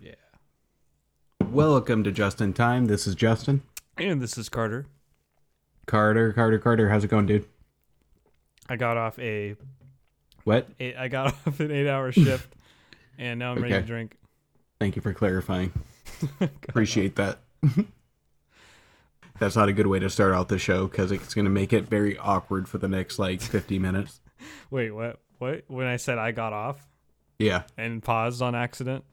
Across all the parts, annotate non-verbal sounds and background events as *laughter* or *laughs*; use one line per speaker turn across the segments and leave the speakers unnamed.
Yeah.
Welcome to Just in Time. This is Justin.
And this is Carter.
Carter, Carter, Carter. How's it going, dude?
I got off a,
What?
eight, I got *laughs* off an eight-hour shift, and now I'm ready to
Okay.
drink.
Thank you for clarifying. Appreciate that. *laughs* That's not a good way to start out the show because it's going to make it very awkward for the next like 50 minutes.
Wait, what? What? When I said I got off
Yeah,
and paused on accident?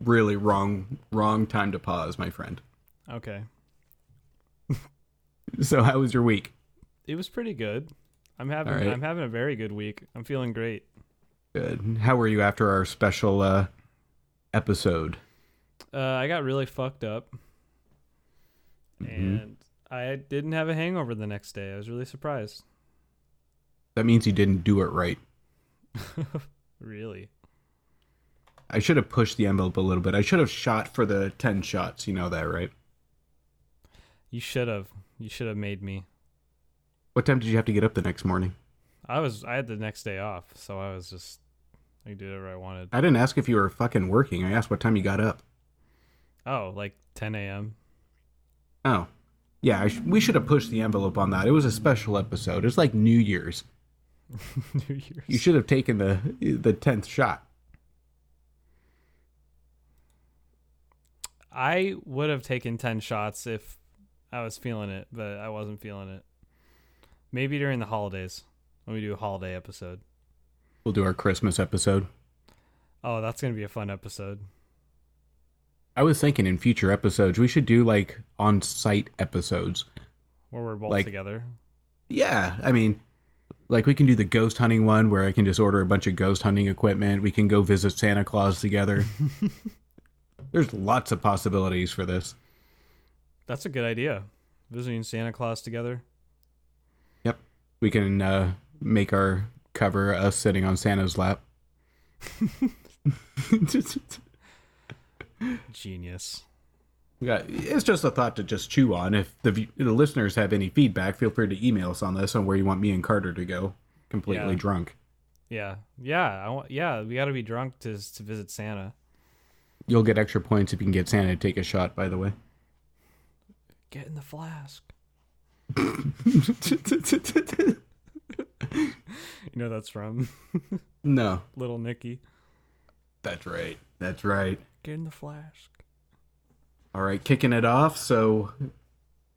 really wrong, wrong time to pause, my friend.
Okay,
So, how was your week?
it was pretty good. I'm having
All right.
I'm having a very good week. I'm feeling great.
Good. How were you after our special uh, episode?
Uh, I got really fucked up,
Mm-hmm.
and I didn't have a hangover the next day. I was really surprised. *laughs*
That means you didn't do it right.
really?
I should have pushed the envelope a little bit. I should have shot for the 10 shots. You know that, right?
You should have. You should have made me.
What time did you have to get up the next morning?
I was I had the next day off, so I was just I did whatever I wanted.
I didn't ask if you were fucking working. I asked what time you got up.
Oh, like 10 a.m.
Oh, yeah. I sh- we should have pushed the envelope on that. It was a special episode. It's like New Year's.
*laughs* New
You
Year's.
should have taken the the tenth shot.
I would have taken 10 shots if I was feeling it, but I wasn't feeling it. Maybe during the holidays when we do a holiday episode.
We'll do our Christmas episode.
Oh, that's gonna be a fun episode.
I was thinking in future episodes we should do like on site episodes.
Where we're both
Like-
together.
Yeah, I mean, like we can do the ghost hunting one where I can just order a bunch of ghost hunting equipment. We can go visit Santa Claus together. *laughs* There's lots of possibilities for this.
That's a good idea. Visiting Santa Claus together.
Yep. We can uh, make our cover us sitting on Santa's lap. *laughs* we
Genius.
got, it's just a thought to just chew on. If the, v- the listeners have any feedback, feel free to email us on this on where you want me and Carter to go completely
Yeah.
drunk.
Yeah. Yeah. I want, yeah. We got to be drunk to, to visit Santa.
You'll get extra points if you can get Santa to take a shot, by the way. *laughs*
Get in the flask. You know, that's from *laughs*
no.
Little Nicky.
That's right. That's right.
Get in the flask.
All right, kicking it off. So,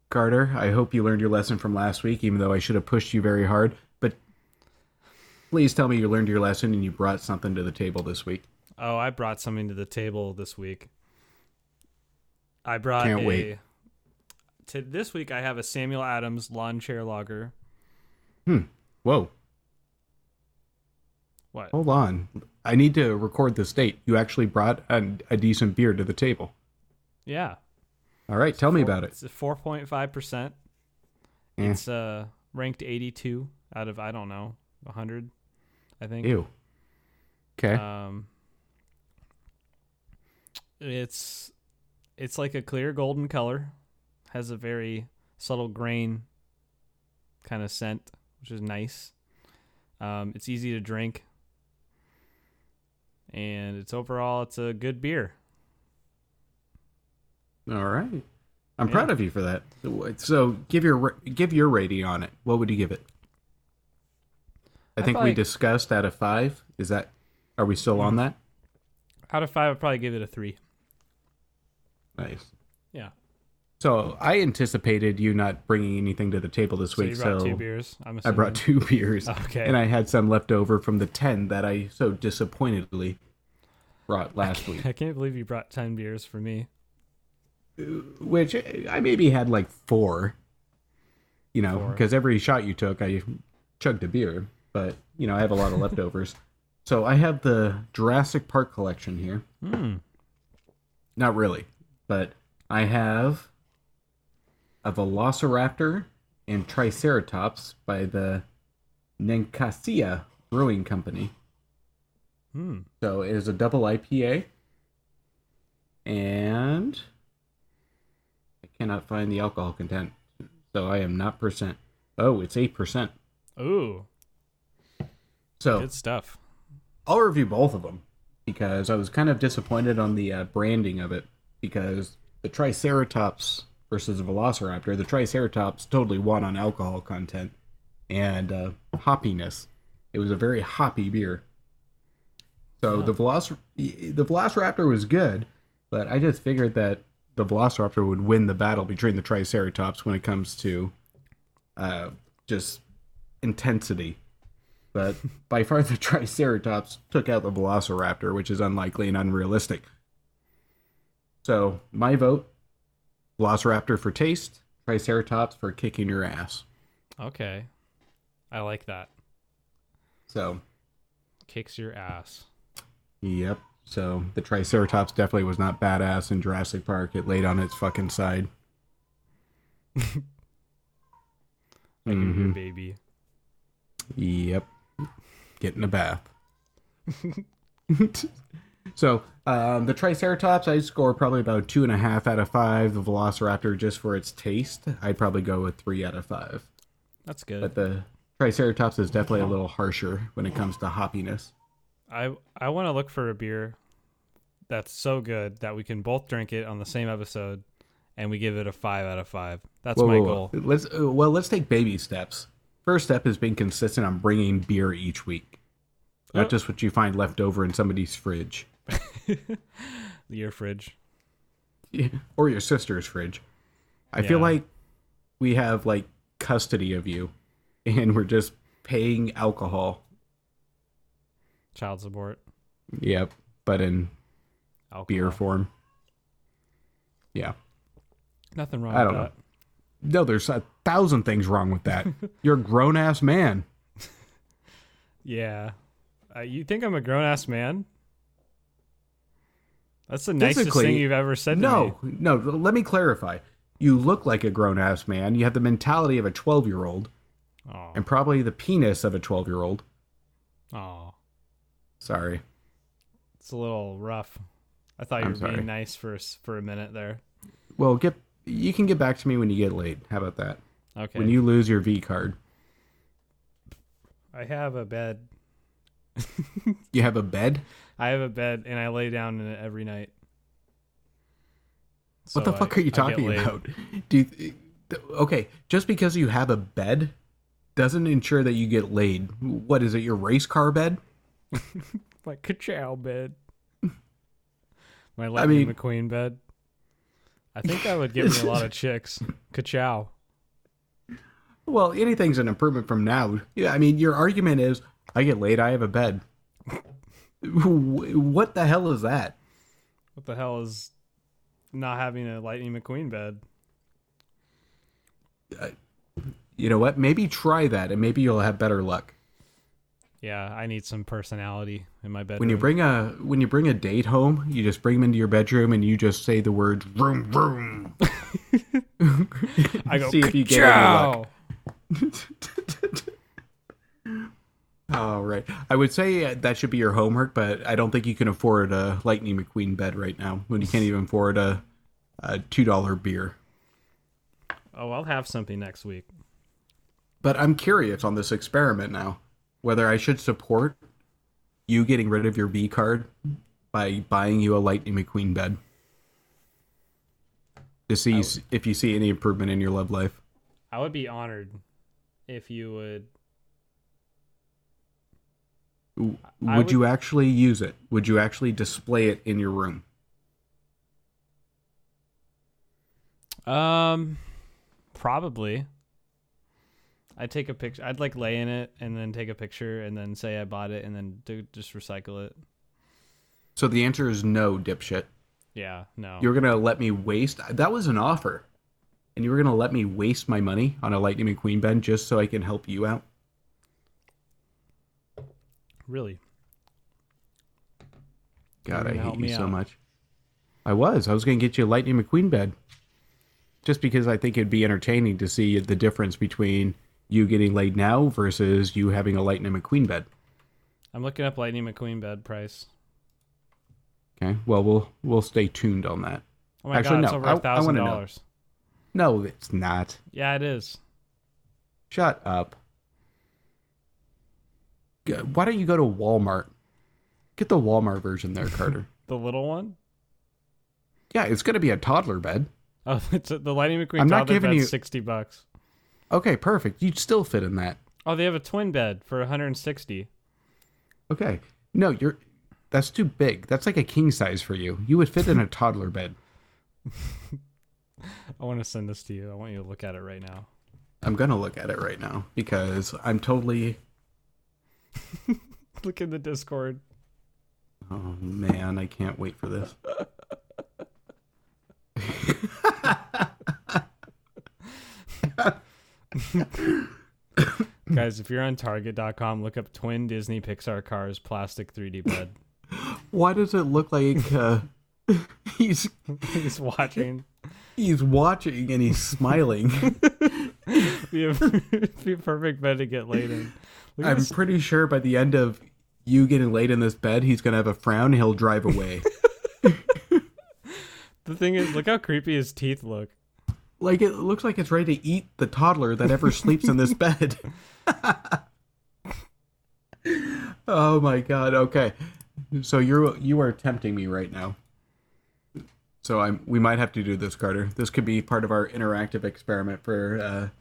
Carter, I hope you learned your lesson from last week, even though I should have pushed you very hard. But please tell me you learned your lesson and you brought something to the table this week.
Oh, I brought something to the table this week. I brought
Can't
a,
wait.
To this week, I have a Samuel Adams lawn chair lager.
Whoa,
What?
hold on. I need to record this date. You actually brought a, a decent beer to the table.
Yeah.
All right, tell me about it.
It's a 4.5 percent.
Eh,
It's uh ranked 82 out of I don't know 100. I think.
Ew. Okay.
Um, it's it's like a clear golden color, has a very subtle grain kind of scent, which is nice. Um, it's easy to drink, and it's overall it's a good beer.
All right. I'm
yeah.
proud of you for that. So give your ra- give your rating on it. What would you give it? I
I'd
think we
probably-
discussed out of five. Is that are we still on
Mm-hmm.
that?
Out of five, I'd probably give it a three.
Nice.
Yeah,
So I anticipated you not bringing anything to the table this
so
week.
you brought
so
two beers. I'm
I
assuming.
brought two *laughs* beers,
Okay. *laughs*
and I had some left over from the ten that I so disappointedly brought last week.
I can't believe you brought ten beers for me.
which I maybe had like four, you know, because every shot you took, I chugged a beer, but you know, I have a lot of leftovers. So I have the Jurassic Park collection here.
Hmm.
Not really, but I have a Velociraptor and Triceratops by the Nencasia Brewing Company.
Hmm.
So it is a double IPA. and I cannot find the alcohol content, so I am not percent. Oh, it's eight percent.
Ooh,
Oh. So
good stuff.
I'll review both of them because I was kind of disappointed on the uh, branding of it because the Triceratops versus Velociraptor, the Triceratops totally won on alcohol content and uh, hoppiness. It was a very hoppy beer. So the Veloc- the Velociraptor was good, but I just figured that the Velociraptor would win the battle between the Triceratops when it comes to uh, just intensity but by far the *laughs* Triceratops took out the Velociraptor, which is unlikely and unrealistic. So my vote: Velociraptor for taste, Triceratops for kicking your ass.
Okay, I like that.
So,
Kicks your ass.
yep. So the Triceratops definitely was not badass in Jurassic Park. It laid on its fucking side.
Like you're
Mhm.
baby.
Yep. Getting a bath. *laughs* so um, the Triceratops, I score probably about two and a half out of five. The Velociraptor, just for its taste, I'd probably go with three out of five.
That's good.
But the Triceratops is definitely a little harsher when it comes to hoppiness.
I I want to look for a beer that's so good that we can both drink it on the same episode, and we give it a five out of five. That's my goal.
Let's uh, well, let's take baby steps. First step is being consistent on bringing beer each week, not
Oh.
just what you find left over in somebody's fridge
*laughs* Your fridge.
or your sister's fridge. I feel
Yeah.
like we have like custody of you, and we're just paying alcohol.
Child support.
Yep, but in
Alcohol.
beer form. Yeah.
Nothing wrong
I
with
don't know.
that.
No, there's a thousand things wrong with
*laughs*
that. You're a grown ass man.
Yeah. Uh, you think I'm a grown ass man? That's the nicest
Physically,
thing you've ever said to me.
No, no, let me clarify. You look like a grown ass man. You have the mentality of a 12 year old
No.
and probably the penis of a 12 year old.
Oh, oh,
Sorry.
it's a little rough. I thought you
I'm
were
sorry.
being nice for a s- for a minute there.
Well, get you can get back to me when you get laid. How about that?
Okay.
When you lose your V card,
I have a bed.
you have a bed.
I have a bed and I lay down in it every night.
What the
So
fuck
I-
are you
I get
talking
laid.
about? Do you, okay, just because you have a bed doesn't ensure that you get laid. What is it? Your race car bed?
My ka bed. *laughs* My Lightning
mean-
McQueen bed. I think that would give
*laughs*
me a lot of chicks. Ka-chow.
Well, anything's an improvement from now. Yeah, I mean, your argument is I get laid, I have a bed. *laughs* Wh- what the hell is that?
What the hell is not having a Lightning McQueen bed?
You know what? Maybe try that and maybe you'll have better luck.
Yeah, I need some personality in my bedroom.
When you bring a when you bring a date home, you just bring them into your bedroom and you just say the words "room room."
*laughs* I
*laughs*
go,
see if you get any
"Ka-chow!"
All right. I would say uh, that should be your homework, but I don't think you can afford a Lightning McQueen bed right now when you can't even afford a, a two dollar beer.
Oh, I'll have something next week.
But I'm curious on this experiment now whether I should support you getting rid of your B card by buying you a Lightning McQueen bed to see s- if you see any improvement in your love life.
I would be honored if you would.
W-
I
would
would-
you actually use it? Would you actually display it in your room?
Um, probably. I'd take a picture. I'd like lay in it and then take a picture and then say I bought it and then do, just recycle it.
So the answer is no, dipshit.
Yeah, no.
You were gonna let me waste. That was an offer, and you were gonna let me waste my money on a Lightning McQueen bed just so I can help you out.
really?
God,
You're
I
gonna
hate
help
you
me
so
out.
much. I was. I was going to get you a Lightning McQueen bed. Just because I think it'd be entertaining to see the difference between you getting laid now versus you having a Lightning McQueen bed.
I'm looking up Lightning McQueen bed price.
Okay. Well, we'll we'll stay tuned on that.
Oh my
Actually,
god, it's
no,
over
I- I
a
wanna
thousand
know.
dollars.
No, it's not.
Yeah, it is.
Shut up. G- Why don't you go to Walmart? Get the Walmart version there, *laughs* Carter.
The little one. *laughs*
yeah, it's going to be a toddler bed.
Oh, it's the Lightning McQueen
I'm not
toddler
giving
bed's
you-
sixty bucks.
Okay, perfect. You'd still fit in that.
Oh, they have a twin bed for 160.
Okay. No, you're that's too big. That's like a king size for you. You would fit in *laughs* a toddler bed.
I want to send this to you. I want you to look at it right now. *laughs*
I'm going to look at it right now because I'm totally
Look in the Discord.
Oh man, I can't wait for this. Hmm.
Guys, if you're on Target.com, look up twin Disney Pixar cars plastic
*laughs*
3D bed.
Why does it look like uh, *laughs* he's
He's watching.
he's watching and he's smiling?
Be *laughs* a, be a perfect bed to get laid in. Look at
I'm
this-
pretty sure by the end of you getting laid in this bed, he's gonna have a frown. He'll drive away.
the thing is, look how creepy his teeth look.
like it looks like it's ready to eat the toddler that ever sleeps in this bed. oh my god. Okay, so you're you are tempting me right now. So I'm. We might have to do this, Carter. This could be part of our interactive experiment for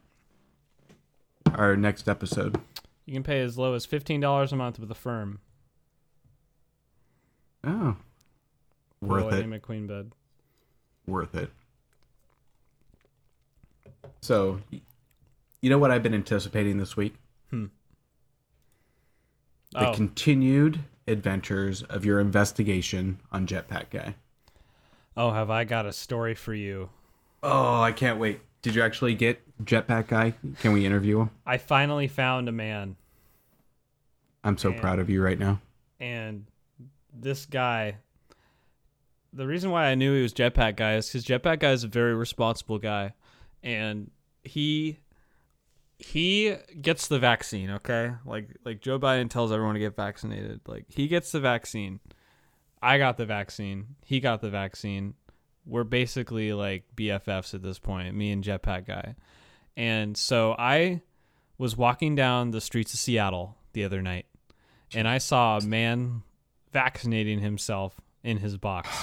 uh, our next episode.
You can pay as low as $15 a month with a firm.
Oh,
for a
worth it.
Lightning McQueen bed.
worth it. So, y- you know what I've been anticipating this week? The
Oh,
continued adventures of your investigation on Jetpack Guy.
oh, have I got a story for you?
Oh, I can't wait. Did you actually get Jetpack Guy? Can we interview him?
I finally found a man.
I'm so
Man.
proud of you right now.
and this guy the reason why i knew he was jetpack guy is because jetpack guy is a very responsible guy and he he gets the vaccine okay like like joe biden tells everyone to get vaccinated like he gets the vaccine i got the vaccine he got the vaccine we're basically like bffs at this point me and jetpack guy and so i was walking down the streets of seattle the other night and I saw a man vaccinating himself in his box. *sighs*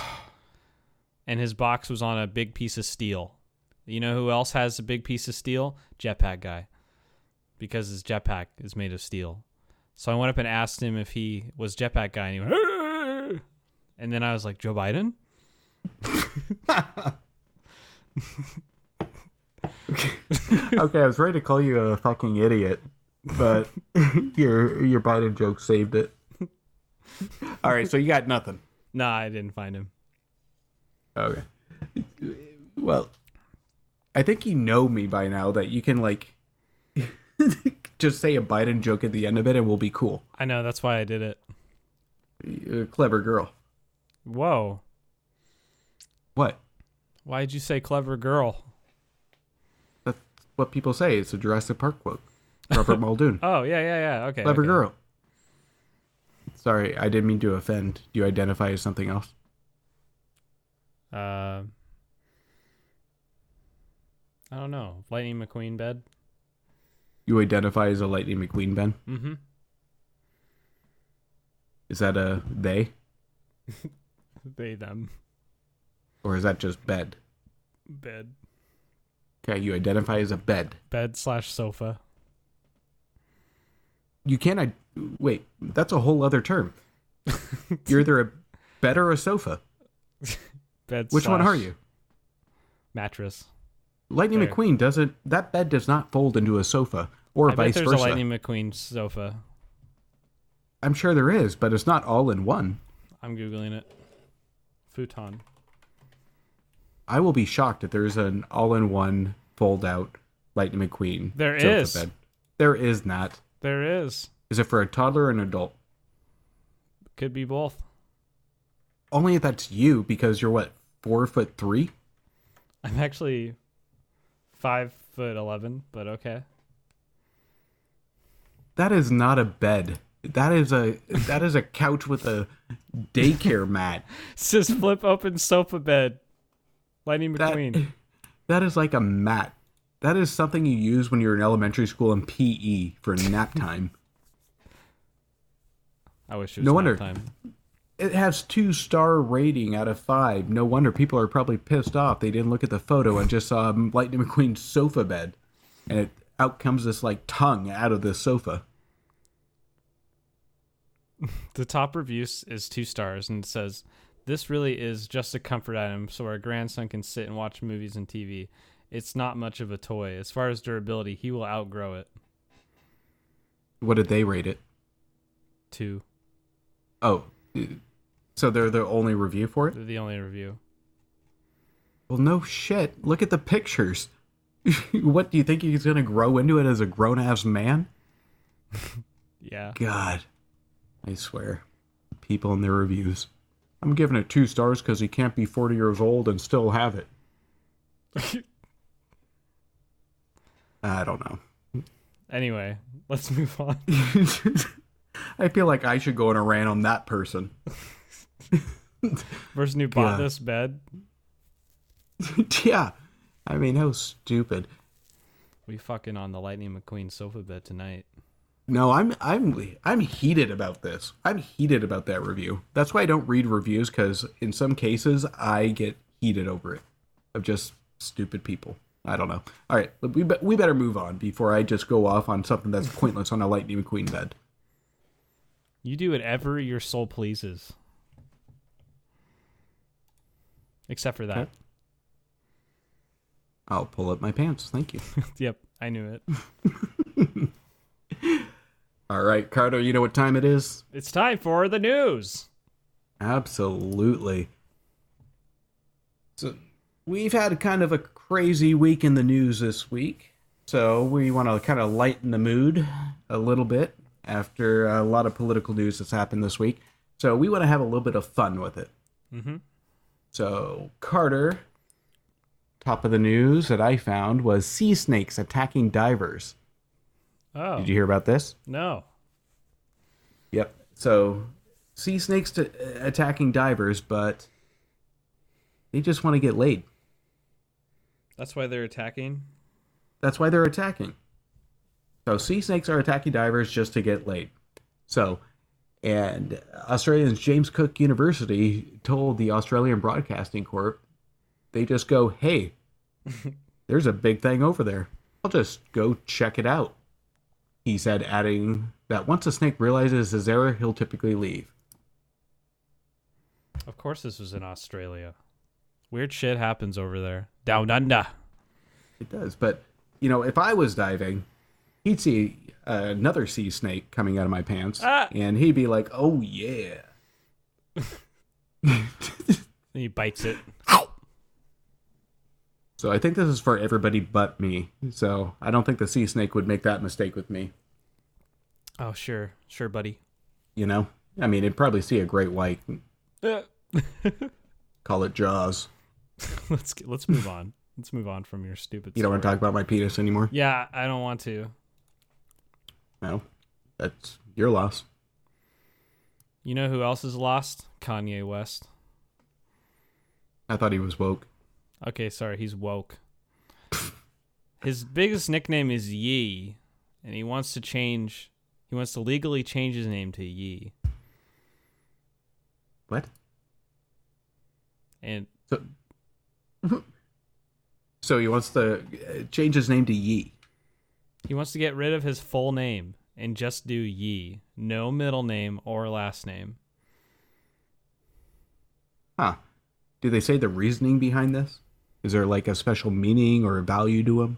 And his box was on a big piece of steel. You know who else has a big piece of steel? Jetpack guy. Because his jetpack is made of steel. So I went up and asked him if he was jetpack guy and he went "Arr!" And then I was like, Joe Biden?
okay, I was ready to call you a fucking idiot, but *laughs* your your Biden joke saved it. All right, so you got nothing.
Nah, I didn't find him.
Okay. *laughs* Well, I think you know me by now that you can like *laughs* just say a Biden joke at the end of it and we'll be cool.
I know, that's why I did it.
You're a clever girl.
Whoa.
What?
Why'd you say clever girl?
That's what people say. It's a Jurassic Park quote. Robert Muldoon.
Oh, yeah, yeah, yeah. Okay.
clever
okay.
girl. Sorry, I didn't mean to offend. Do you identify as something else?
Uh, I don't know. Lightning McQueen bed.
You identify as a Lightning McQueen, Ben?
Mm-hmm.
Is that a they?
They them
Or is that just bed?
bed
Okay, you identify as a bed.
bed slash *laughs* sofa.
you can't I, wait that's a whole other term you're either a bed or a sofa
Bed.
which one are
slash
you
Mattress.
lightning
Fair.
mcqueen doesn't that bed does not fold into a sofa or
I bet
vice
there's
versa
a Lightning McQueen sofa.
i'm sure there is but it's not all in one
I'm googling it. Futon.
i will be shocked if there's an all-in-one fold out lightning mcqueen
There
sofa
is.
bed. there is not
There is.
is it for a toddler or an adult
Could be both.
only if that's you because you're what four foot three
I'm actually five foot eleven, but okay.
that is not a bed that is a that is a couch with a daycare mat.
*laughs* Says flip open sofa bed. Lightning
That-
McQueen.
That is like a mat. That is something you use when you're in elementary school in PE for nap time.
I wish it was
No
nap
wonder.
time.
It has two star rating out of five. No wonder people are probably pissed off. They didn't look at the photo and just saw Lightning McQueen's sofa bed, and it out comes this like tongue out of the sofa.
The top review s- is two stars and it says, This really is just a comfort item so our grandson can sit and watch movies and TV. It's not much of a toy. As far as durability, he will outgrow it.
What did they rate it?
Two.
Oh, so they're the only review for it?
They're the only review.
Well, no shit. Look at the pictures. *laughs* what do you think he's gonna grow into it as a grown ass man?
Yeah.
God, I swear, people and their reviews. I'm giving it two stars because he can't be 40 years old and still have it. I don't know.
anyway, *laughs* let's move on. *laughs*
I feel like I should go on a rant on that person. *laughs*
Person who bought
God.
this bed,
yeah, I mean, how stupid.
we fucking on the Lightning McQueen sofa bed tonight.
No, I'm I'm I'm heated about this. I'm heated about that review. That's why I don't read reviews because in some cases I get heated over it of just stupid people. I don't know. All right, we be- we better move on before I just go off on something that's pointless on a Lightning McQueen bed.
You do whatever your soul pleases. Except for that.
I'll pull up my pants. Thank you.
yep, I knew it.
All right, Carter, you know what time it is?
It's time for the news.
Absolutely. So we've had kind of a crazy week in the news this week. So we want to kind of lighten the mood a little bit after a lot of political news that's happened this week. So we want to have a little bit of fun with it.
Mhm.
So Carter, top of the news that I found was sea snakes attacking divers.
Oh,
Did you hear about this?
no.
Yep. So sea snakes to, attacking divers, but they just want to get laid.
That's why they're attacking?
That's why they're attacking. So sea snakes are attacking divers just to get laid. So, and Australians James Cook University told the Australian Broadcasting Corp, they just go, hey, there's a big thing over there. I'll just go check it out. He said, adding that once a snake realizes his error, he'll typically leave.
Of course, this was in Australia. Weird shit happens over there. Down under.
It does, but you know, if I was diving, he'd see uh, another sea snake coming out of my pants,
Ah!
and he'd be like, "Oh yeah,
Then he bites it.
So I think this is for everybody but me. So I don't think the sea snake would make that mistake with me.
*coughs* Oh, sure. Sure, *laughs* buddy.
You know, I mean, it'd probably see a great white, and
let's
call it Jaws.
get- let's move on. Let's move on from your stupid
You don't want to
story.
talk about my penis anymore?
Yeah, I don't want to.
No, that's your loss.
You know who else is lost? Kanye West.
I thought he was woke.
Okay, sorry,
*laughs*
he's woke. His biggest nickname is Yee, and he wants to change. He wants to legally change his name to Yee,
What?
and
So, so he wants to uh, change his name to Yee.
he wants to get rid of his full name and just do Yee, no middle name or last name.
Huh? Do they say the reasoning behind this? Is there like a special meaning or value to him?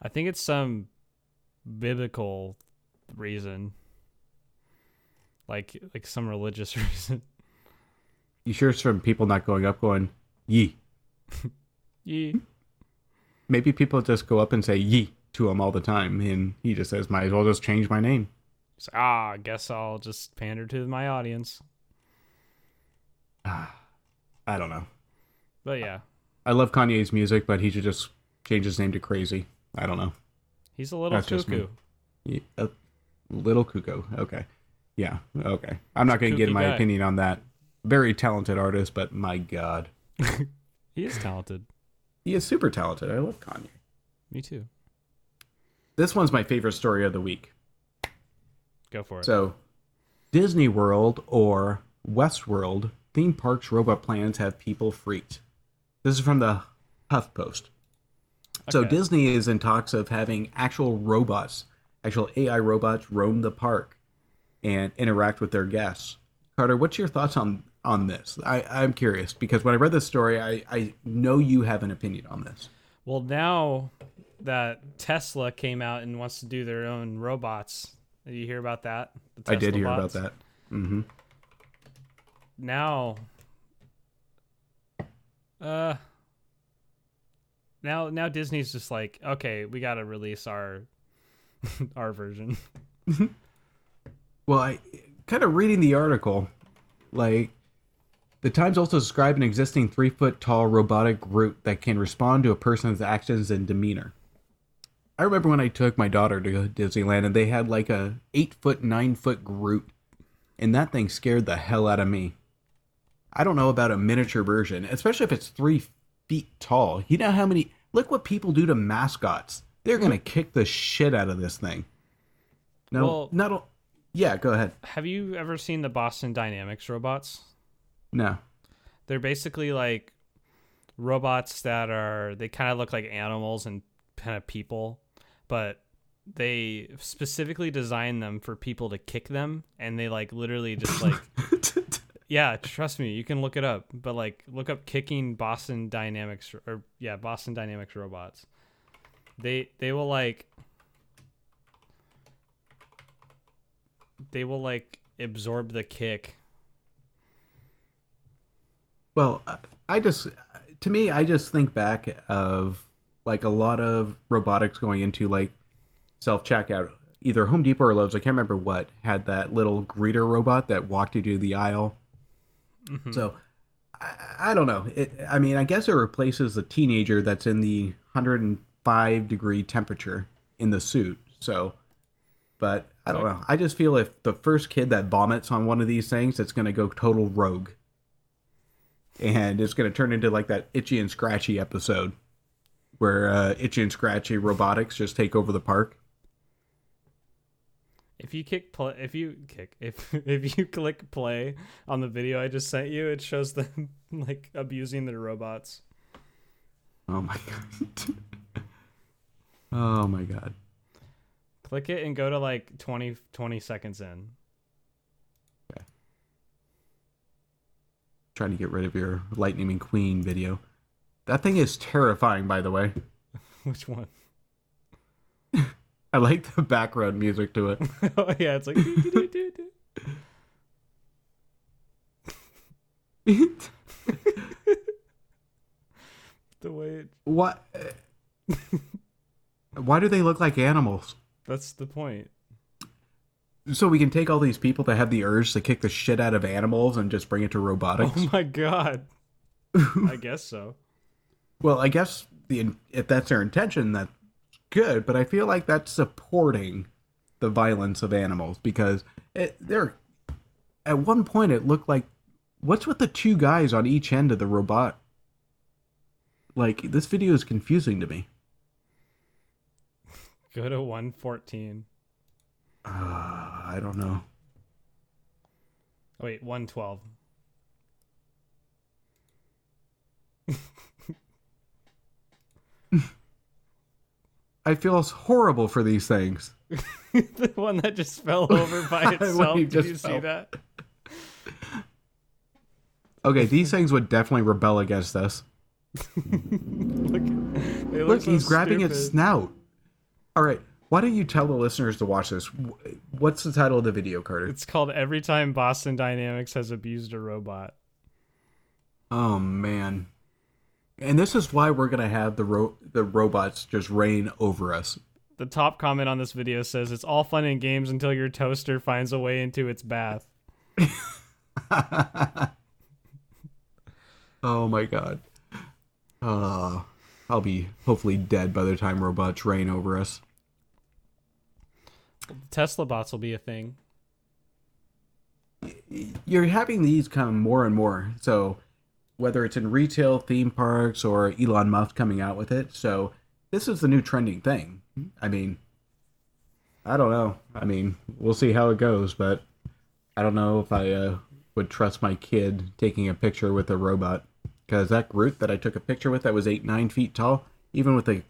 I think it's some biblical reason, like like some religious *laughs* reason.
You sure it's from people not going up, going Yee?
Yee.
maybe people just go up and say ye to him all the time and he just says might as well just change my name
So, ah, I guess I'll just pander to my audience.
*sighs* i don't know
But yeah,
i love kanye's music but he should just change his name to crazy i don't know
he's a little
That's just me.
cuckoo.
Ye- uh, Little Cuckoo. Okay. Yeah. Okay. I'm not going to get my
guy.
opinion on that. Very talented artist, but my God.
He is talented.
He is super talented. I love Kanye.
Me too.
This one's my favorite story of the week.
Go for it.
So, Disney World or Westworld theme parks' robot plans have people freaked. This is from the HuffPost. So
Okay.
Disney is in talks of having actual robots, actual AI robots, roam the park and interact with their guests. Carter, what's your thoughts on on this? I, I'm curious because when I read this story, I, I know you have an opinion on this.
Well, now that Tesla came out and wants to do their own robots, did you hear about that? The
I did
Tesla
hear
bots?
about that. hmm
Now, uh, now now Disney's just like, okay, we got to release our *laughs* our version.
Well, I kind of reading the article, like the Times also described an existing three foot tall robotic Groot that can respond to a person's actions and demeanor. I remember when I took my daughter to Disneyland and they had like a eight foot, nine foot Groot, and that thing scared the hell out of me. I don't know about a miniature version, especially if it's three feet tall. You know how many? Look what people do to mascots. They're gonna kick the shit out of this thing. No,
Well-
not. o- Yeah, go ahead.
Have you ever seen the Boston Dynamics robots?
No.
They're basically like robots that are they kind of look like animals and kind of people, but they specifically design them for people to kick them and they like literally just like yeah, trust me, you can look it up, but like look up kicking Boston Dynamics or yeah, Boston Dynamics robots. They they will like they will like absorb the kick.
well, I just, to me, I just think back of like a lot of robotics going into like self checkout. Either Home Depot or Lowe's, I can't remember what, had that little greeter robot that walked you to the aisle.
Hmm.
So I, I don't know. It, I mean, I guess it replaces the teenager that's in the 105 degree temperature in the suit. So, but I don't know. I just feel if the first kid that vomits on one of these things, it's going to go total rogue. And it's going to turn into like that itchy and scratchy episode where uh, itchy and scratchy robotics just take over the park.
If you kick play, if you kick, if *laughs* if you click play on the video I just sent you, it shows them *laughs* like abusing their robots.
Oh my *laughs* God. oh my God.
Click it and go to like 20, 20 seconds in. *laughs*
trying to get rid of your Lightning McQueen video. That thing is terrifying, by the way.
Which one? *laughs*
I like the background music to it.
oh yeah, it's like doo, doo, doo, doo, doo. the way it,
*laughs* what? *laughs* Why do they look like animals?
that's the point.
So we can take all these people that have the urge to kick the shit out of animals and just bring it to robotics.
*laughs* Oh my
*laughs*
god. I guess so.
Well, I guess the if that's their intention, that's good. But I feel like that's supporting the violence of animals because it, they're at one point it looked like what's with the two guys on each end of the robot? Like this video is confusing to me.
Go to one fourteen.
Uh, I don't know.
Wait, one twelve. *laughs*
I feel horrible for these things.
the one that just
*laughs*
fell over by
The one
itself.
you
Did
just
you see
fell.
that?
Okay, these things would definitely rebel against us.
Look, they look
Look,
so
he's grabbing its
stupid.
snout. All right, why don't you tell the listeners to watch this? Wh- What's the title of the video, Carter?
It's called Every Time Boston Dynamics Has Abused a Robot.
Oh man. And this is why we're gonna have the ro- the robots just reign over us. *laughs*
The top comment on this video says it's all fun and games until your toaster finds a way into its bath.
Oh my god. Uh, I'll be hopefully dead by the time robots reign over us.
Tesla bots will be a thing.
You're having these come more and more. So whether it's in retail, theme parks, or Elon Musk coming out with it. So this is the new trending thing. I mean, I don't know. I mean, we'll see how it goes, but I don't know if I uh, would trust my kid taking a picture with a robot because that root that I took a picture with that was eight nine feet tall, even with a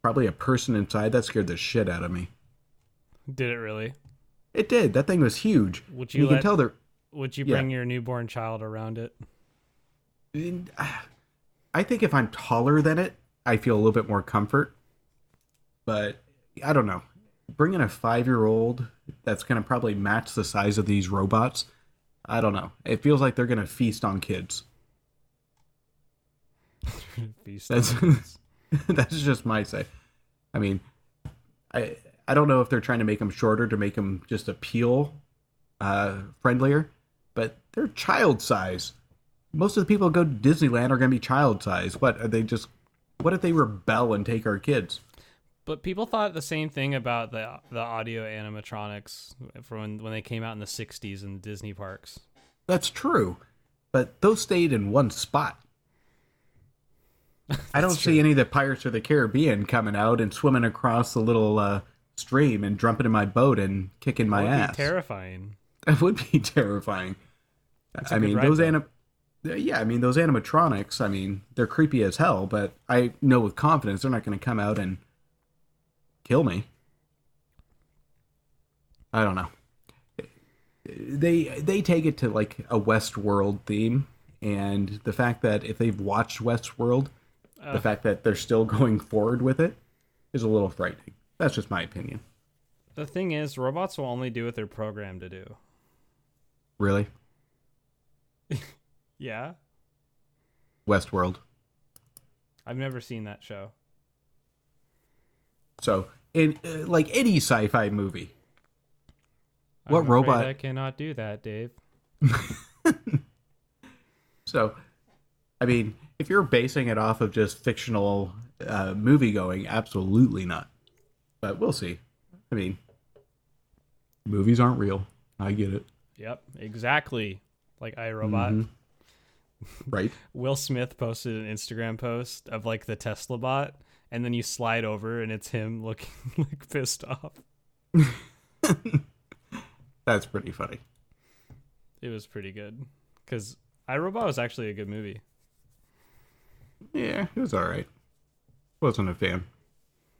probably a person inside, that scared the shit out of me.
Did it really?
It did. That thing was huge. And
Would you
you can
let-
tell they're
Would you
Yeah.
bring your newborn child around it? *laughs*
uh, I think if I'm taller than it, I feel a little bit more comfort. But I don't know. Bringing a five year old that's going to probably match the size of these robots, I don't know. It feels like they're going to feast on kids.
Beast.
That's *laughs* that's just my say. I mean, I I don't know if they're trying to make them shorter to make them just appeal uh, friendlier, but they're child size. Most of the people who go to Disneyland are going to be child size. What are they just? What if they rebel and take our kids?
But people thought the same thing about the the audio animatronics from when, when they came out in the '60s in the Disney parks.
That's true, but those stayed in one
*laughs*
spot. I don't see any of the Pirates of the Caribbean coming out and swimming across the little uh, stream and jumping in my boat and kicking my
That would be
ass.
terrifying.
*laughs* That would be terrifying.
a
I
good
mean,
ride,
those
though.
anim. Yeah, I mean those animatronics. I mean, they're creepy as hell, but I know with confidence they're not going to come out and kill me. I don't know. They they take it to like a Westworld theme, and the fact that if they've watched Westworld, the fact that they're still *laughs* going forward with it is a little frightening. That's just my opinion.
The thing is, robots will only do what they're programmed to do.
Really,
Yeah,
Westworld.
I've never seen that show.
So, in uh, like any sci-fi movie, What
I'm afraid
robot-
I cannot do that, Dave.
so I mean, if you're basing it off of just fictional uh, movie going, absolutely not. But we'll see. I mean, movies aren't real. I get it,
Yep, exactly. Like iRobot.
Mm-hmm. right?
Will Smith posted an Instagram post of like the Tesla bot, and then you slide over and it's him *laughs* looking like pissed off.
That's pretty funny.
It was pretty good because iRobot was actually a good movie.
Yeah, it was all right. Wasn't a fan.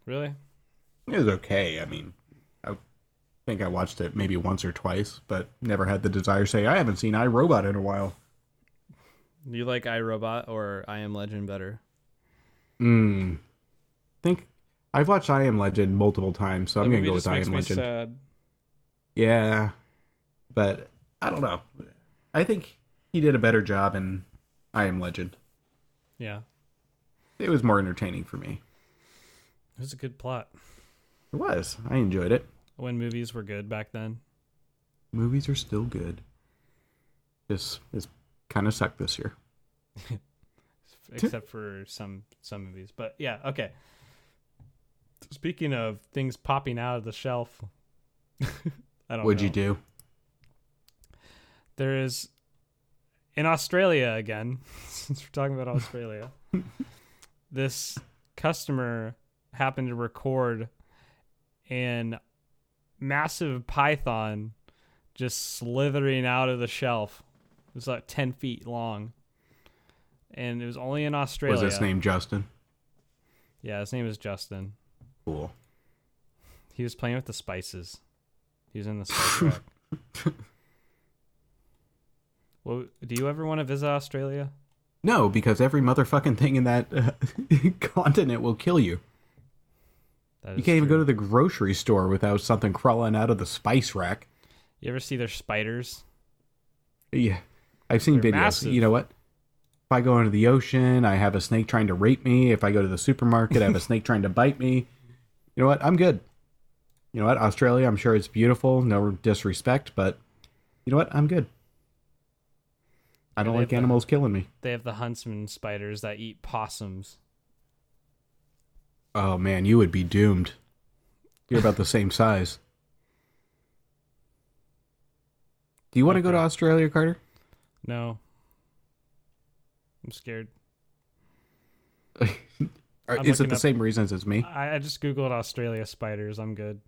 Really?
It was okay. I mean, I think I watched it maybe once or twice, but never had the desire to say I haven't seen iRobot in a while.
Do you like iRobot or I Am Legend better?
Mm. think I've watched I Am Legend multiple times, so I'm
That
gonna
movie
go with
just
I
makes
Am
me
Legend.
sad.
Yeah, but I don't know. I think he did a better job in I Am Legend.
Yeah,
It was more entertaining for me.
it was a good plot.
It was. I enjoyed it.
When movies were good back then.
Movies are still good. This is kind of sucked this year.
except for some some movies. But yeah, okay. Speaking of things popping out of the shelf, *laughs* I don't.
What'd you
know.
do?
There is in Australia again. *laughs* since we're talking about
*laughs*
Australia, this customer happened to record an massive python just slithering out of the shelf. It was like ten feet long, and it was only in Australia.
Was his name Justin?
Yeah, his name is Justin.
Cool.
He was playing with the spices. He was in the spice rack.
*laughs*
Well, do you ever want to visit Australia?
No, because every motherfucking thing in that uh, *laughs* continent will kill you.
That
You can't even go to the grocery store without something crawling out of the spice rack.
You ever see their spiders?
Yeah, I've seen
They're
videos.
massive.
You know what? If I go into the ocean, I have a snake trying to rape me. If I go to the supermarket, I have a snake trying to bite me. You know what? I'm good. You know what? Australia, I'm sure it's beautiful. No disrespect, but you know what? I'm good. I don't
they
like
have, uh,
animals killing me.
They have the huntsman spiders that eat possums.
Oh man, you would be doomed. You're about the same size. Do you want to go to Australia,
*laughs*
Carter?
No. I'm scared.
Or
I'm
is it
looking
the
up-
same reasons as me?
I, I just Googled Australia spiders. I'm good.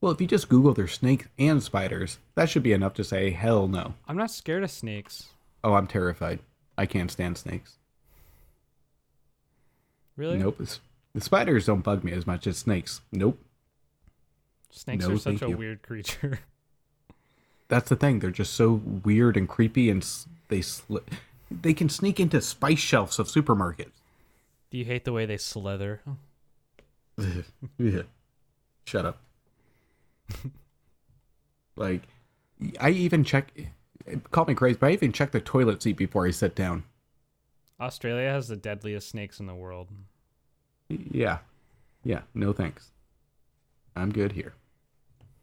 Well, if you just Google their snakes and spiders, that should be enough to say hell no.
I'm not scared of snakes.
Oh, I'm terrified. I can't stand snakes.
Really?
Nope. It's- The spiders don't bug me as much as snakes. Nope.
Snakes
No,
are such
thank
a
you.
weird creature. *laughs*
That's the thing. They're just so weird and creepy, and s- they slip. They can sneak into spice shelves of supermarkets.
Do you hate the way they slither?
*laughs* Yeah. Shut up. *laughs* like, I even check. Call me crazy, but I even check the toilet seat before I sit down.
Australia has the deadliest snakes in the world.
Yeah. Yeah. No thanks. I'm good here.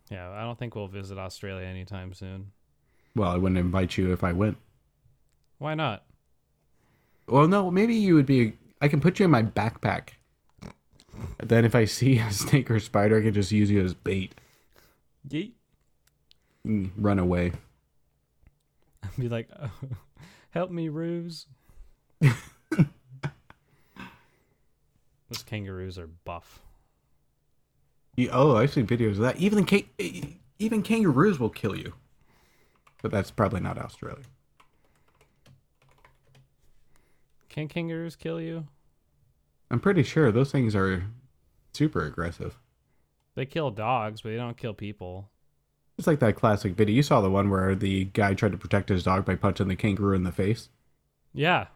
Yeah, I don't think we'll visit Australia anytime soon.
Well, I wouldn't invite you if I went.
Why not?
Well, no, maybe you would be. I can put you in my backpack. Then, if I see a snake or spider, I can just use you as bait.
Yeet.
Mm, Run away.
I'd *laughs* be like, help
*laughs*
me, ruse. Those kangaroos are buff.
You- oh, I've seen videos of that. Even ca- even kangaroos will kill you. But that's probably not Australia.
Can kangaroos kill you?
I'm pretty sure those things are super aggressive.
They kill dogs, but they don't kill people.
It's like that classic video. You saw the one where the guy tried to protect his dog by punching the kangaroo in the face. Oh,
Yeah,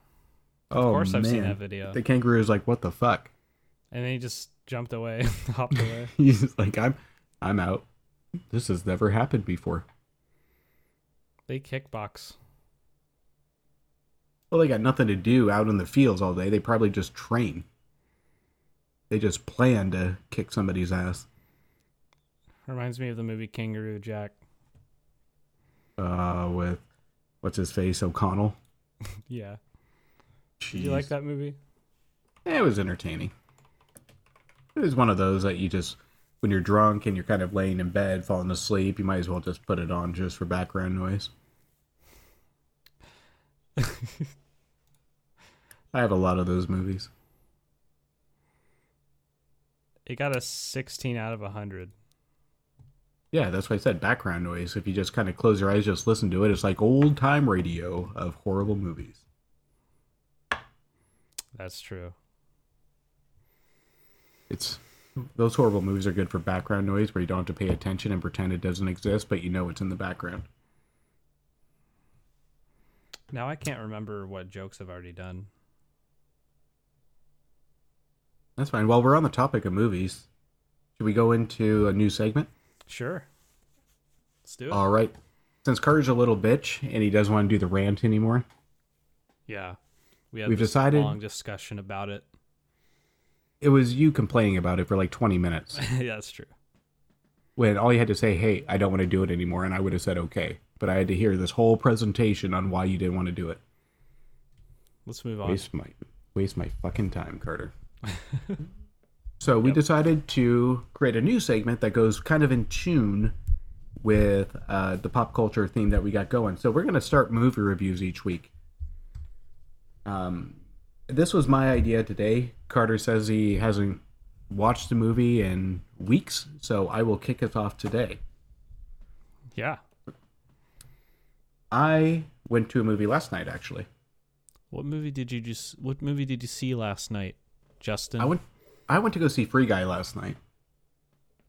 Of
course I've seen that video.
The kangaroo is like, "What the fuck?" *laughs*
and then he just jumped away, *laughs* hopped away.
He's just like, "I'm, I'm out. This has never happened before."
They kickbox.
Well, they got nothing to do out in the fields all day. They probably just train. They just plan to kick somebody's ass.
Reminds me of the movie Kangaroo Jack.
Uh, with what's his face O'Connell.
Yeah. Did you like
Jeez.
that movie?
Eh, It was entertaining. It was one of those that you just, when you're drunk and you're kind of laying in bed, falling asleep, you might as well just put it on just for background noise. I have a lot of those movies.
It got a 16 out of 100.
Yeah, that's why I said background noise. If you just kind of close your eyes, just listen to it. It's like old time radio of horrible movies.
That's true.
It's those horrible movies are good for background noise where you don't have to pay attention and pretend it doesn't exist, but you know it's in the background.
Now I can't remember what jokes I've already done.
That's fine. While we're on the topic of movies, should we go into a new segment?
Sure. Let's do it.
All right. Since Carter's a little bitch and he doesn't want to do the rant anymore,
yeah. We had
we've
this
decided-
long discussion about it. *laughs*
it was you complaining about it for like 20
*laughs*
minutes
yeah, that's true.
when all you had to say, hey, I don't want to do it anymore. And I would have said, okay. But I had to hear this whole presentation on why you didn't want to do it.
Let's move on.
Waste my, waste my fucking time, Carter. *laughs* so we decided to create a new segment that goes kind of in tune with uh, the pop culture theme that we got going. So we're going to start movie reviews each week. Um, this was my idea today. Carter says he hasn't watched the movie in weeks, so I will kick us off today.
Yeah.
I went to a movie last night, actually.
What movie did you just what movie did you see last night, Justin?
I went, I went to go see Free Guy last night.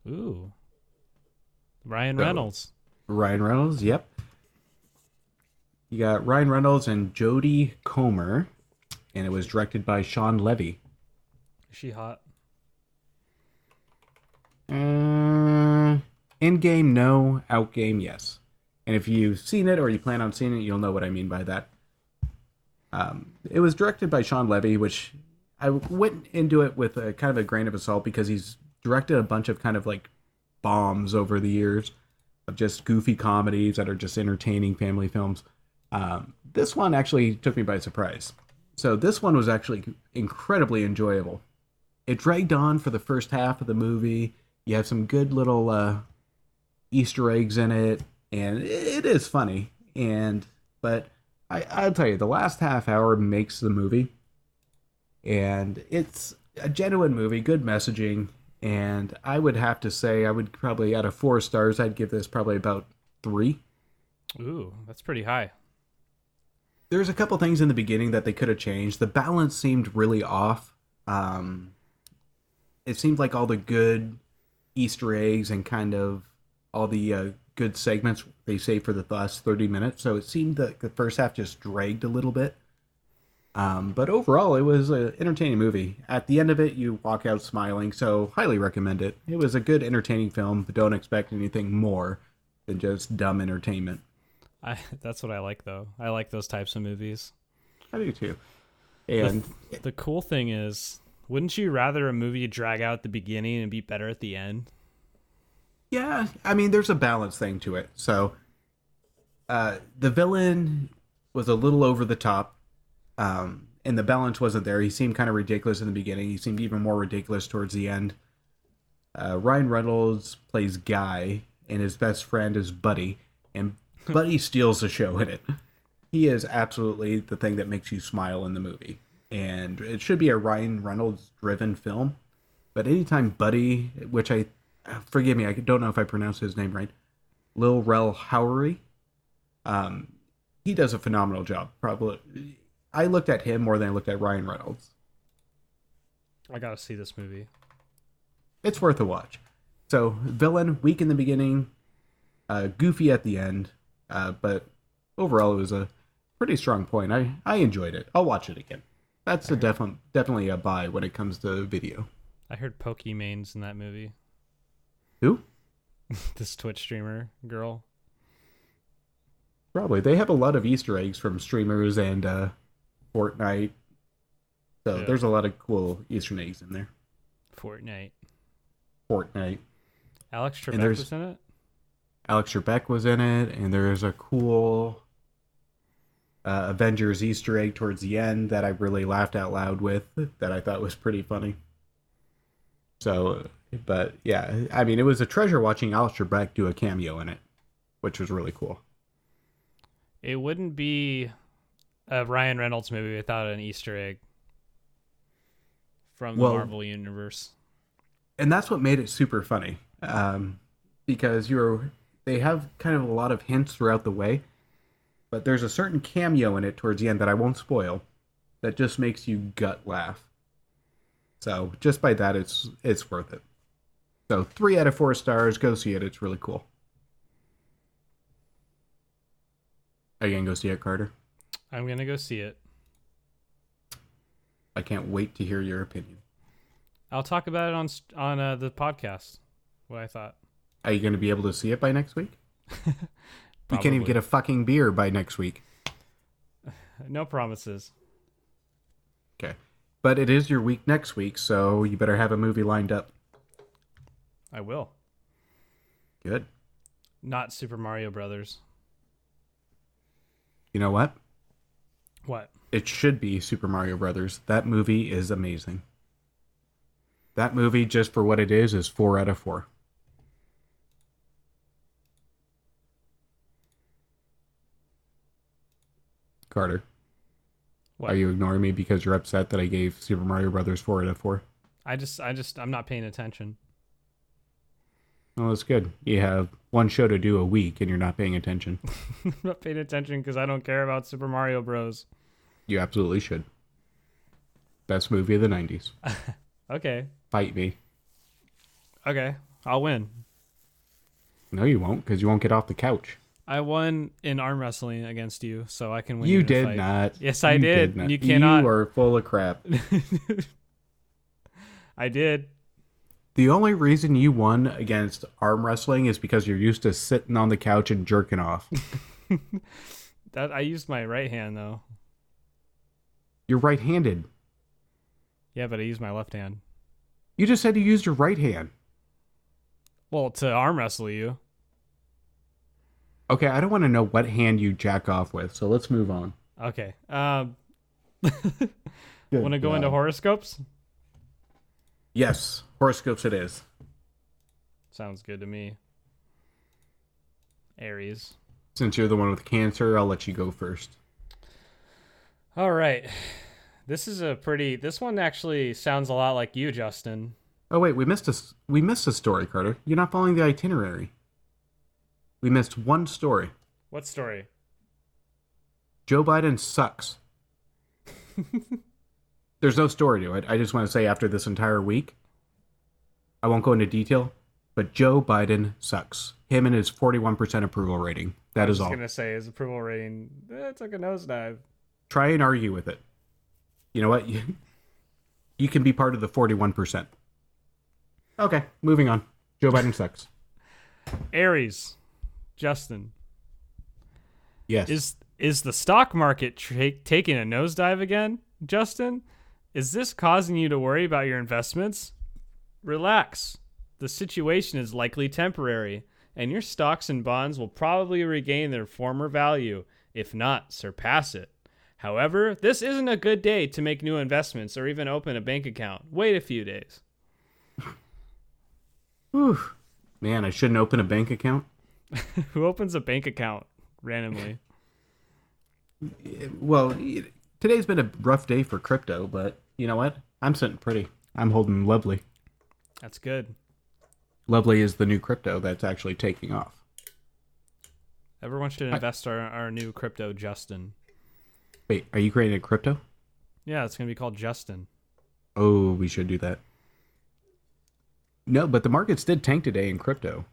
Ooh. Ryan
So-
Reynolds.
Ryan Reynolds, yep. You got Ryan Reynolds and Jodie Comer, and it was directed by Sean Levy.
Is she hot?
Uh, in game, no. Out game, yes. And if you've seen it or you plan on seeing it, you'll know what I mean by that. Um, it was directed by Sean Levy, which I went into it with a kind of a grain of salt because he's directed a bunch of kind of like bombs over the years of just goofy comedies that are just entertaining family films. Um, this one actually took me by surprise. So this one was actually incredibly enjoyable it dragged on for the first half of the movie. You have some good little uh, Easter eggs in it. and it is funny. And but I, I'll tell you, the last half hour makes the movie, and it's a genuine movie, good messaging. And I would have to say, I would probably out of four stars, I'd give this probably about three.
Ooh, that's pretty high.
There's a couple things in the beginning that they could have changed. The balance seemed really off. Um, it seemed like all the good Easter eggs and kind of all the uh, good segments they saved for the last 30 minutes. So it seemed that the first half just dragged a little bit. Um, but overall, it was an entertaining movie. At the end of it, you walk out smiling, so highly recommend it. It was a good, entertaining film, but don't expect anything more than just dumb entertainment.
I *laughs* that's what I like though. I like those types of movies.
I do too. And
the, the cool thing is, wouldn't you rather a movie drag out the beginning and be better at the end?
Yeah, I mean, there's a balance thing to it. So, uh, the villain was a little over the top, um, and the balance wasn't there. He seemed kind of ridiculous in the beginning. He seemed even more ridiculous towards the end. Uh, Ryan Reynolds plays Guy, and his best friend is Buddy, and Buddy steals the show in it. He is absolutely the thing that makes you smile in the movie, and it should be a Ryan Reynolds-driven film. But anytime Buddy, which I forgive me, I don't know if I pronounced his name right, Lil Rel Howery. Um, he does a phenomenal job. Probably, I looked at him more than I looked at Ryan Reynolds.
I gotta see this movie.
It's worth a watch. So, villain weak in the beginning, uh, goofy at the end, uh, but overall it was a pretty strong point. I I enjoyed it. I'll watch it again. That's a definite definitely a buy when it comes to video.
I heard Pokemane's in that movie. *laughs*
Who?
this Twitch streamer girl.
Probably. They have a lot of Easter eggs from streamers and uh, Fortnite. So
Yeah.
there's a lot of cool Easter eggs in there.
Fortnite.
Fortnite.
Alex
And
Trebek
there's-
was in it.
Alex Trebek was in it, and there's a cool uh, Avengers Easter egg towards the end that I really laughed out loud with that I thought was pretty funny. So, but yeah, I mean, it was a treasure watching Alex Trebek do a cameo in it, which was really cool.
It wouldn't be a Ryan Reynolds movie without an Easter egg from the
Well-
Marvel universe.
and that's what made it super funny um, because you're they have kind of a lot of hints throughout the way but there's a certain cameo in it towards the end that i won't spoil that just makes you gut laugh so just by that it's it's worth it so three out of four stars go see it it's really cool are you gonna go see it carter
I'm gonna go see it.
i can't wait to hear your opinion
I'll talk about it on st- on uh, the podcast. What I thought.
are you gonna be able to see it by next week you can't even
Probably.
get a fucking beer by next week
no promises.
Okay. But it is your week next week, so you better have a movie lined up.
I will.
Good.
Not Super Mario Brothers.
You know what?
What?
It should be Super Mario Brothers. That movie is amazing. That movie, just for what it is, is four out of four. Carter,
What?
are you ignoring me because you're upset that I gave Super Mario Brothers four out of four?
I just I just I'm not paying attention. *laughs*
Well, that's good. You have one show to do a week, and you're not paying attention.
I'm not paying attention because I don't care about Super Mario Bros.
You absolutely should. Best movie of the 90s.
Okay.
Fight me.
Okay. I'll win.
No, you won't, because you won't get off the couch.
I won in arm wrestling against you, so I can win.
you
in a
did
fight.
not.
Yes, I
You
did. You cannot-
You are full of crap.
*laughs* I did.
the only reason you won against arm wrestling is because you're used to sitting on the couch and jerking off. *laughs*
That I used my right hand though.
you're right handed.
Yeah, but I used my left hand.
You just said you used your right hand.
Well, to arm wrestle you.
Okay, I don't want to know what hand you jack off with, so let's move on.
Okay. Um, *laughs* want to go into horoscopes?
Yes, horoscopes it is.
Sounds good to me. Aries.
Since you're the one with cancer, I'll let you go first.
All right. This is a pretty. This one actually sounds a lot like you, Justin.
Oh wait, we missed a s- we missed a story, Carter. You're not following the itinerary. We missed one story.
What story?
Joe Biden
*laughs*
sucks. There's no story to it. I just want to say after this entire week, I won't go into detail, but Joe Biden sucks. Him and his 41% approval rating. That is
I
all.
was gonna say his approval rating. eh, It took a nosedive.
Try and argue with it. You know what? *laughs* you can be part of the 41%. Okay, moving on. Joe Biden sucks.
Aries, Justin,
Yes.
is is the stock market tra- taking a nosedive again? Justin, is this causing you to worry about your investments? Relax. The situation is likely temporary, and your stocks and bonds will probably regain their former value, if not surpass it. However, this isn't a good day to make new investments or even open a bank account. Wait a few days. *laughs*
Whew. Man, I shouldn't open a bank account.
Who opens a bank account randomly?
Well, y- today's been a rough day for crypto, but you know what? I'm sitting pretty. I'm holding lovely.
That's good.
Lovely is the new crypto that's actually taking off.
Everyone should invest our, our new crypto, Justin.
Wait, are you creating a crypto?
Yeah, it's gonna be called Justin.
Oh, we should do that. No, but the markets did tank today in crypto.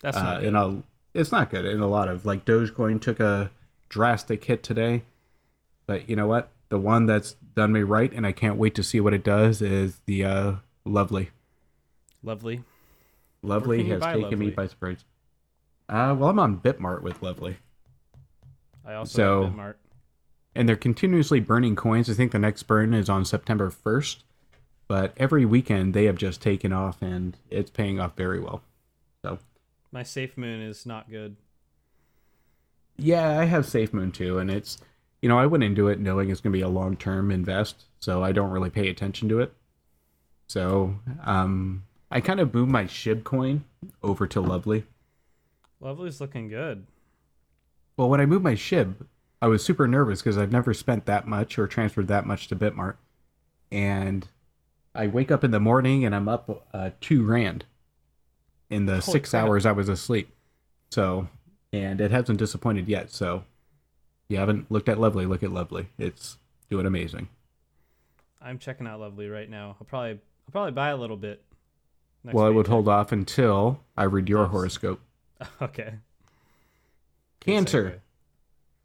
That's
Uh,
not.
in a, it's not good in a lot of like Dogecoin took a drastic hit today, but you know what? The one that's done me right, and I can't wait to see what it does is the uh, lovely.
Lovely.
Lovely
can you
has
buy
taken me
Lovely?
by surprise. Uh, well, I'm on Bitmart with Lovely,
I also
So-
have Bitmart.
and they're continuously burning coins. I think the next burn is on September 1st, but every weekend they have just taken off, and it's paying off very well. So,
My safe moon is not good.
yeah, I have SafeMoon too, and it's, you know, I went into it knowing it's going to be a long term invest, so I don't really pay attention to it. So, um, I kind of moved my SHIB coin over to Lovely.
Lovely's looking good.
Well, when I moved my SHIB, I was super nervous because I've never spent that much or transferred that much to Bitmart. And I wake up in the morning and I'm up uh, two rand in the
Holy
six
crap.
hours I was asleep. So, and it hasn't disappointed yet. So, if you haven't looked at Lovely, look at Lovely. It's doing amazing.
I'm checking out Lovely right now. I'll probably I'll probably buy a little bit. Next
well, I would
paycheck.
hold off until I read your
Yes.
horoscope.
*laughs* Okay. Good
Cancer.
segue.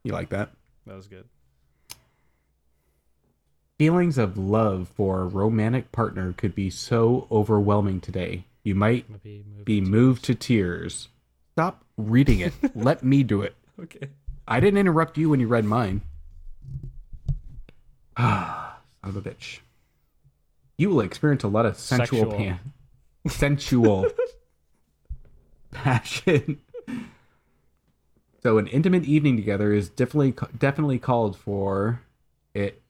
You like that?
That was good.
Feelings of love for a romantic partner could be so overwhelming today. You might
Be moved.
be moved to tears. Stop reading *laughs* it. Let me do it.
Okay.
I didn't interrupt you when you read mine. *sighs* Ah, son of a bitch. You will experience a lot of sensual
Sexual.
pan, sensual passion. So an intimate evening together is definitely definitely called for it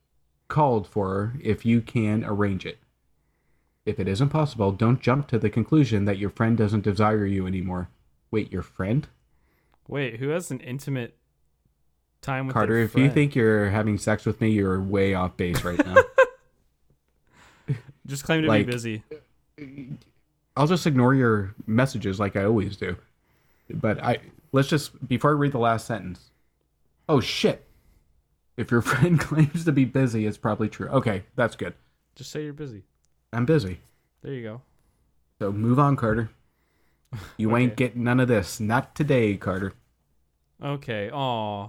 called for if you can arrange it. If it isn't possible, don't jump to the conclusion that your friend doesn't desire you anymore. Wait, your friend?
Wait, who has an intimate time with their
Carter, if you
friend?
think you're having sex with me, you're way off base right now.
just claim to
like-
be busy.
I'll just ignore your messages like I always do. But I let's just before I read the last sentence. Oh shit. If your *laughs* friend claims to be busy, it's probably true. Okay, that's good.
Just say you're busy.
I'm busy.
There you go.
So move on, Carter. You ain't getting none of this. Not today, Carter.
Okay. Aw.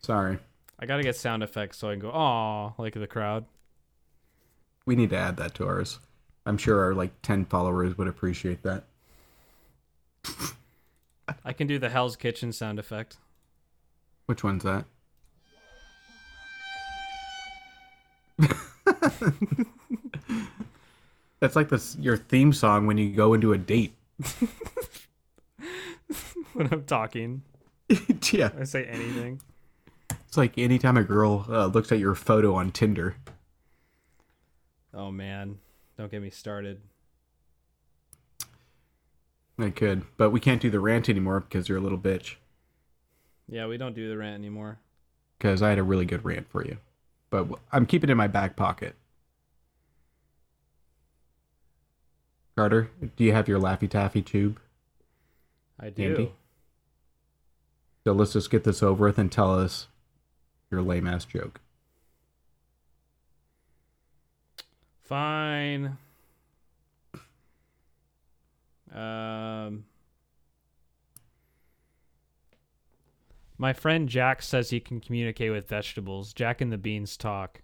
Sorry.
I gotta get sound effects so I can go aw like the crowd.
We need to add that to ours. I'm sure our like 10 followers would appreciate that.
I can do the Hell's Kitchen sound effect. *laughs*
Which one's that? That's like this your theme song when you go into a date.
when I'm talking.
yeah,
I say *laughs* anything.
it's like anytime a girl uh, looks at your photo on Tinder.
Oh man, don't get me started.
I could, but we can't do the rant anymore because you're a little bitch.
Yeah, we don't do the rant anymore.
Because I had a really good rant for you, but w- I'm keeping it in my back pocket. Carter, do you have your Laffy Taffy tube?
I do.
Andy? So let's just get this over with and tell us your lame ass joke.
Fine. Um, my friend Jack says he can communicate with vegetables. Jack and the beans talk.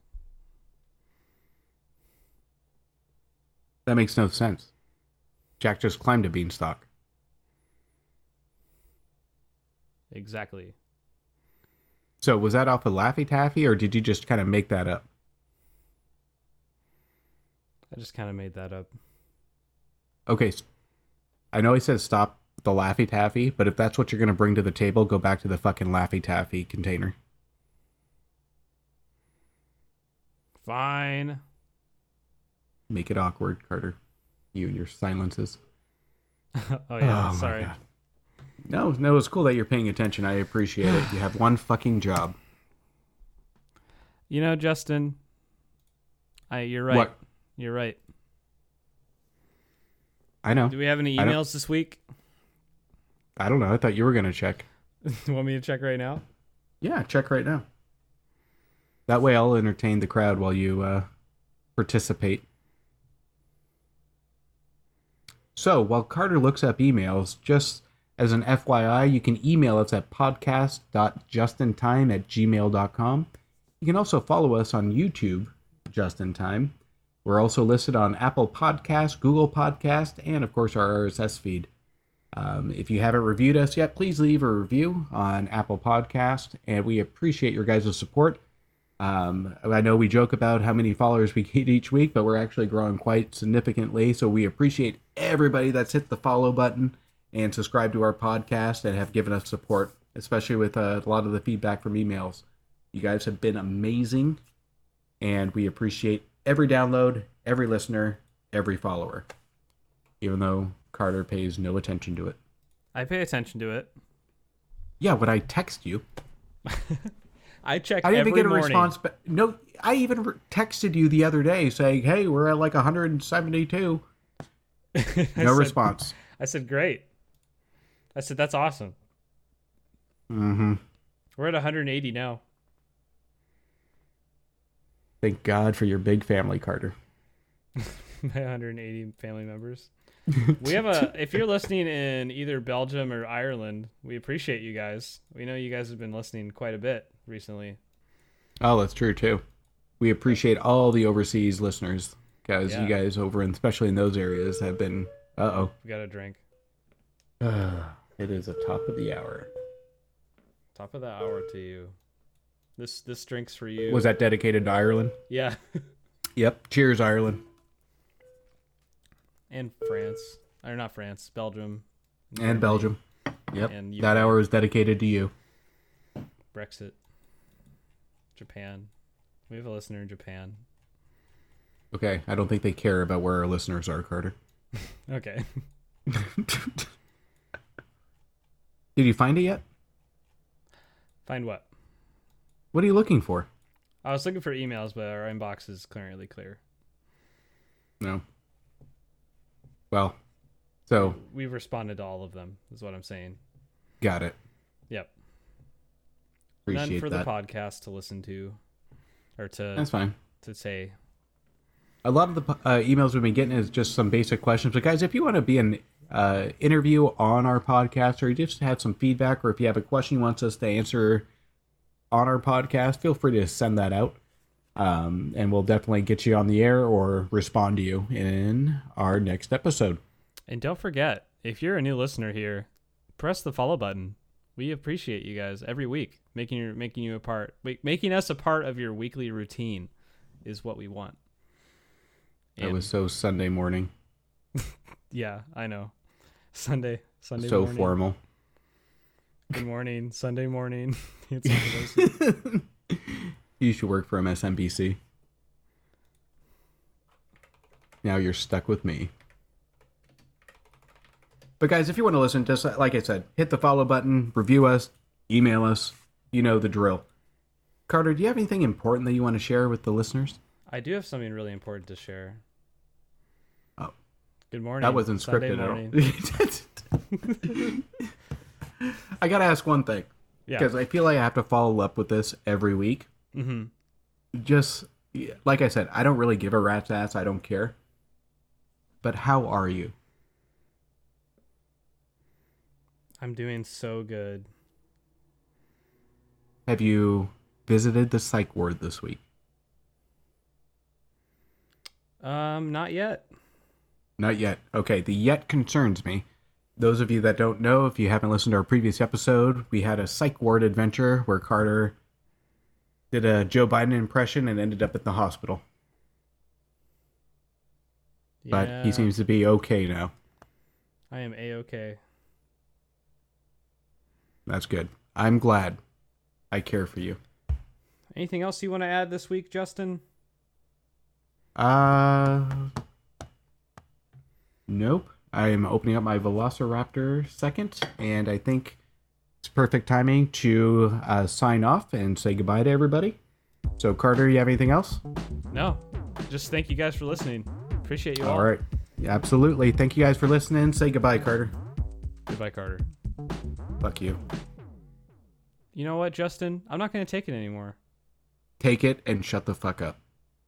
That makes no sense. Jack just climbed a beanstalk.
Exactly.
So was that off of Laffy Taffy, or did you just kind of make that up?
I just kind of made that up.
Okay, s- I know he says stop the Laffy Taffy, but if that's what you're gonna bring to the table, go back to the fucking Laffy Taffy container.
Fine. *laughs*
Make it awkward, Carter. You and your silences.
oh yeah,
Oh my
sorry.
God. No, no, it's cool that you're paying attention. I appreciate it. You have one fucking job.
You know, Justin, I you're right.
What?
You're right.
I know.
Do we have any
I don't-
emails this week?
I don't know. I thought you were gonna check.
*laughs* you want me to check right now?
Yeah, check right now. That way I'll entertain the crowd while you uh, participate. So while Carter looks up emails, just as an FYI, you can email us at podcast.justintime at gmail.com. You can also follow us on YouTube, Just In Time. We're also listed on Apple Podcast, Google Podcast, and of course our RSS feed. Um, if you haven't reviewed us yet, please leave a review on Apple Podcast, and we appreciate your guys' support. Um, I know we joke about how many followers we *laughs* get each week, but we're actually growing quite significantly. So we appreciate everybody that's hit the follow button and subscribed to our podcast and have given us support, especially with uh, a lot of the feedback from emails. You guys have been amazing, and we appreciate every download, every listener, every follower, even though Carter pays no attention to it.
I pay attention to it.
Yeah, when I text you,
I check
I didn't
every
even get a
morning.
response. But no, I even re- texted you the other day saying, "Hey, we're at like 172."
*laughs* I
No
said-
response.
I said, great. I said, that's awesome.
Mm-hmm.
We're at 180 now. *laughs*
Thank God for your big family, Carter.
My 180
*laughs*
family members. We have a, if you're listening in either Belgium or Ireland, we appreciate you guys. We know you guys have been listening quite a bit recently.
Oh, that's true too. We appreciate all the overseas listeners because
Yeah.
you guys over, and especially in those areas, have been. Uh
We got a drink.
oh. *sighs* It is the top of the hour.
Top of the hour to you. This this drink's for you.
Was that dedicated to Ireland?
Yeah. *laughs*
Yep. Cheers, Ireland
and France. Or not France, Belgium,
and Belgium. Yep.
And
that hour is dedicated to you.
Brexit, Japan. We have a listener in Japan.
Okay. I don't think they care about where our listeners are, Carter.
Okay. *laughs*
Did you find it yet?
Find what?
What are you looking for?
I was looking for emails, but our inbox is currently clear.
No. Well, so
We've responded to all of them, is what I'm saying.
got it.
Yep. None
Appreciate
for
that.
the podcast to listen to or to,
That's fine.
to say.
A lot of the po- uh, emails we've been getting is just some basic questions. But guys, if you want to be an uh, interview on our podcast, or you just have some feedback, or if you have a question you want us to answer on our podcast, feel free to send that out, um, and we'll definitely get you on the air or respond to you in our next episode.
And don't forget, if you're a new listener here, press the follow button. We appreciate you guys every week making your making you a part ma- making us a part of your weekly routine is what we want.
That
And-
was so Sunday morning.
yeah, I know. *laughs* Sunday Sunday
so
morning. *laughs*
formal.
Good morning, Sunday morning. *laughs* It's one of those-
you should work for MSNBC. Now you're stuck with me. But guys, if you want to listen, just like I said, hit the follow button, review us, email us. You know the drill. Carter, do you have anything important that you want to share with the listeners?
I do have something really important to share.
Oh.
Good morning.
That wasn't
Sunday
scripted *laughs*
morning.
at all. *laughs* I gotta ask one thing
Yeah.
because I feel like I have to follow up with this every week.
Mm-hmm.
Just like I said, I don't really give a rat's ass. I don't care. But how are you?
I'm doing so good.
Have you visited the psych ward this week?
Um, not yet.
Not yet. Okay, the yet concerns me. Those of you that don't know, if you haven't listened to our previous episode, we had a psych ward adventure where Carter did a Joe Biden impression and ended up at the hospital. But he
Yeah,
seems to be okay now.
I am a okay.
That's good. I'm glad. I care for you.
Anything else you want to add this week, Justin?
Uh Nope. I am opening up my Velociraptor second, and I think it's perfect timing to uh, sign off and say goodbye to everybody. So, Carter, you have anything else?
No. Just thank you guys for listening. Appreciate you all.
All right. Yeah, absolutely. Thank you guys for listening. Say goodbye, Carter.
Goodbye, Carter.
Fuck you.
You know what, Justin? I'm not going to take it anymore.
Take it and shut the fuck up.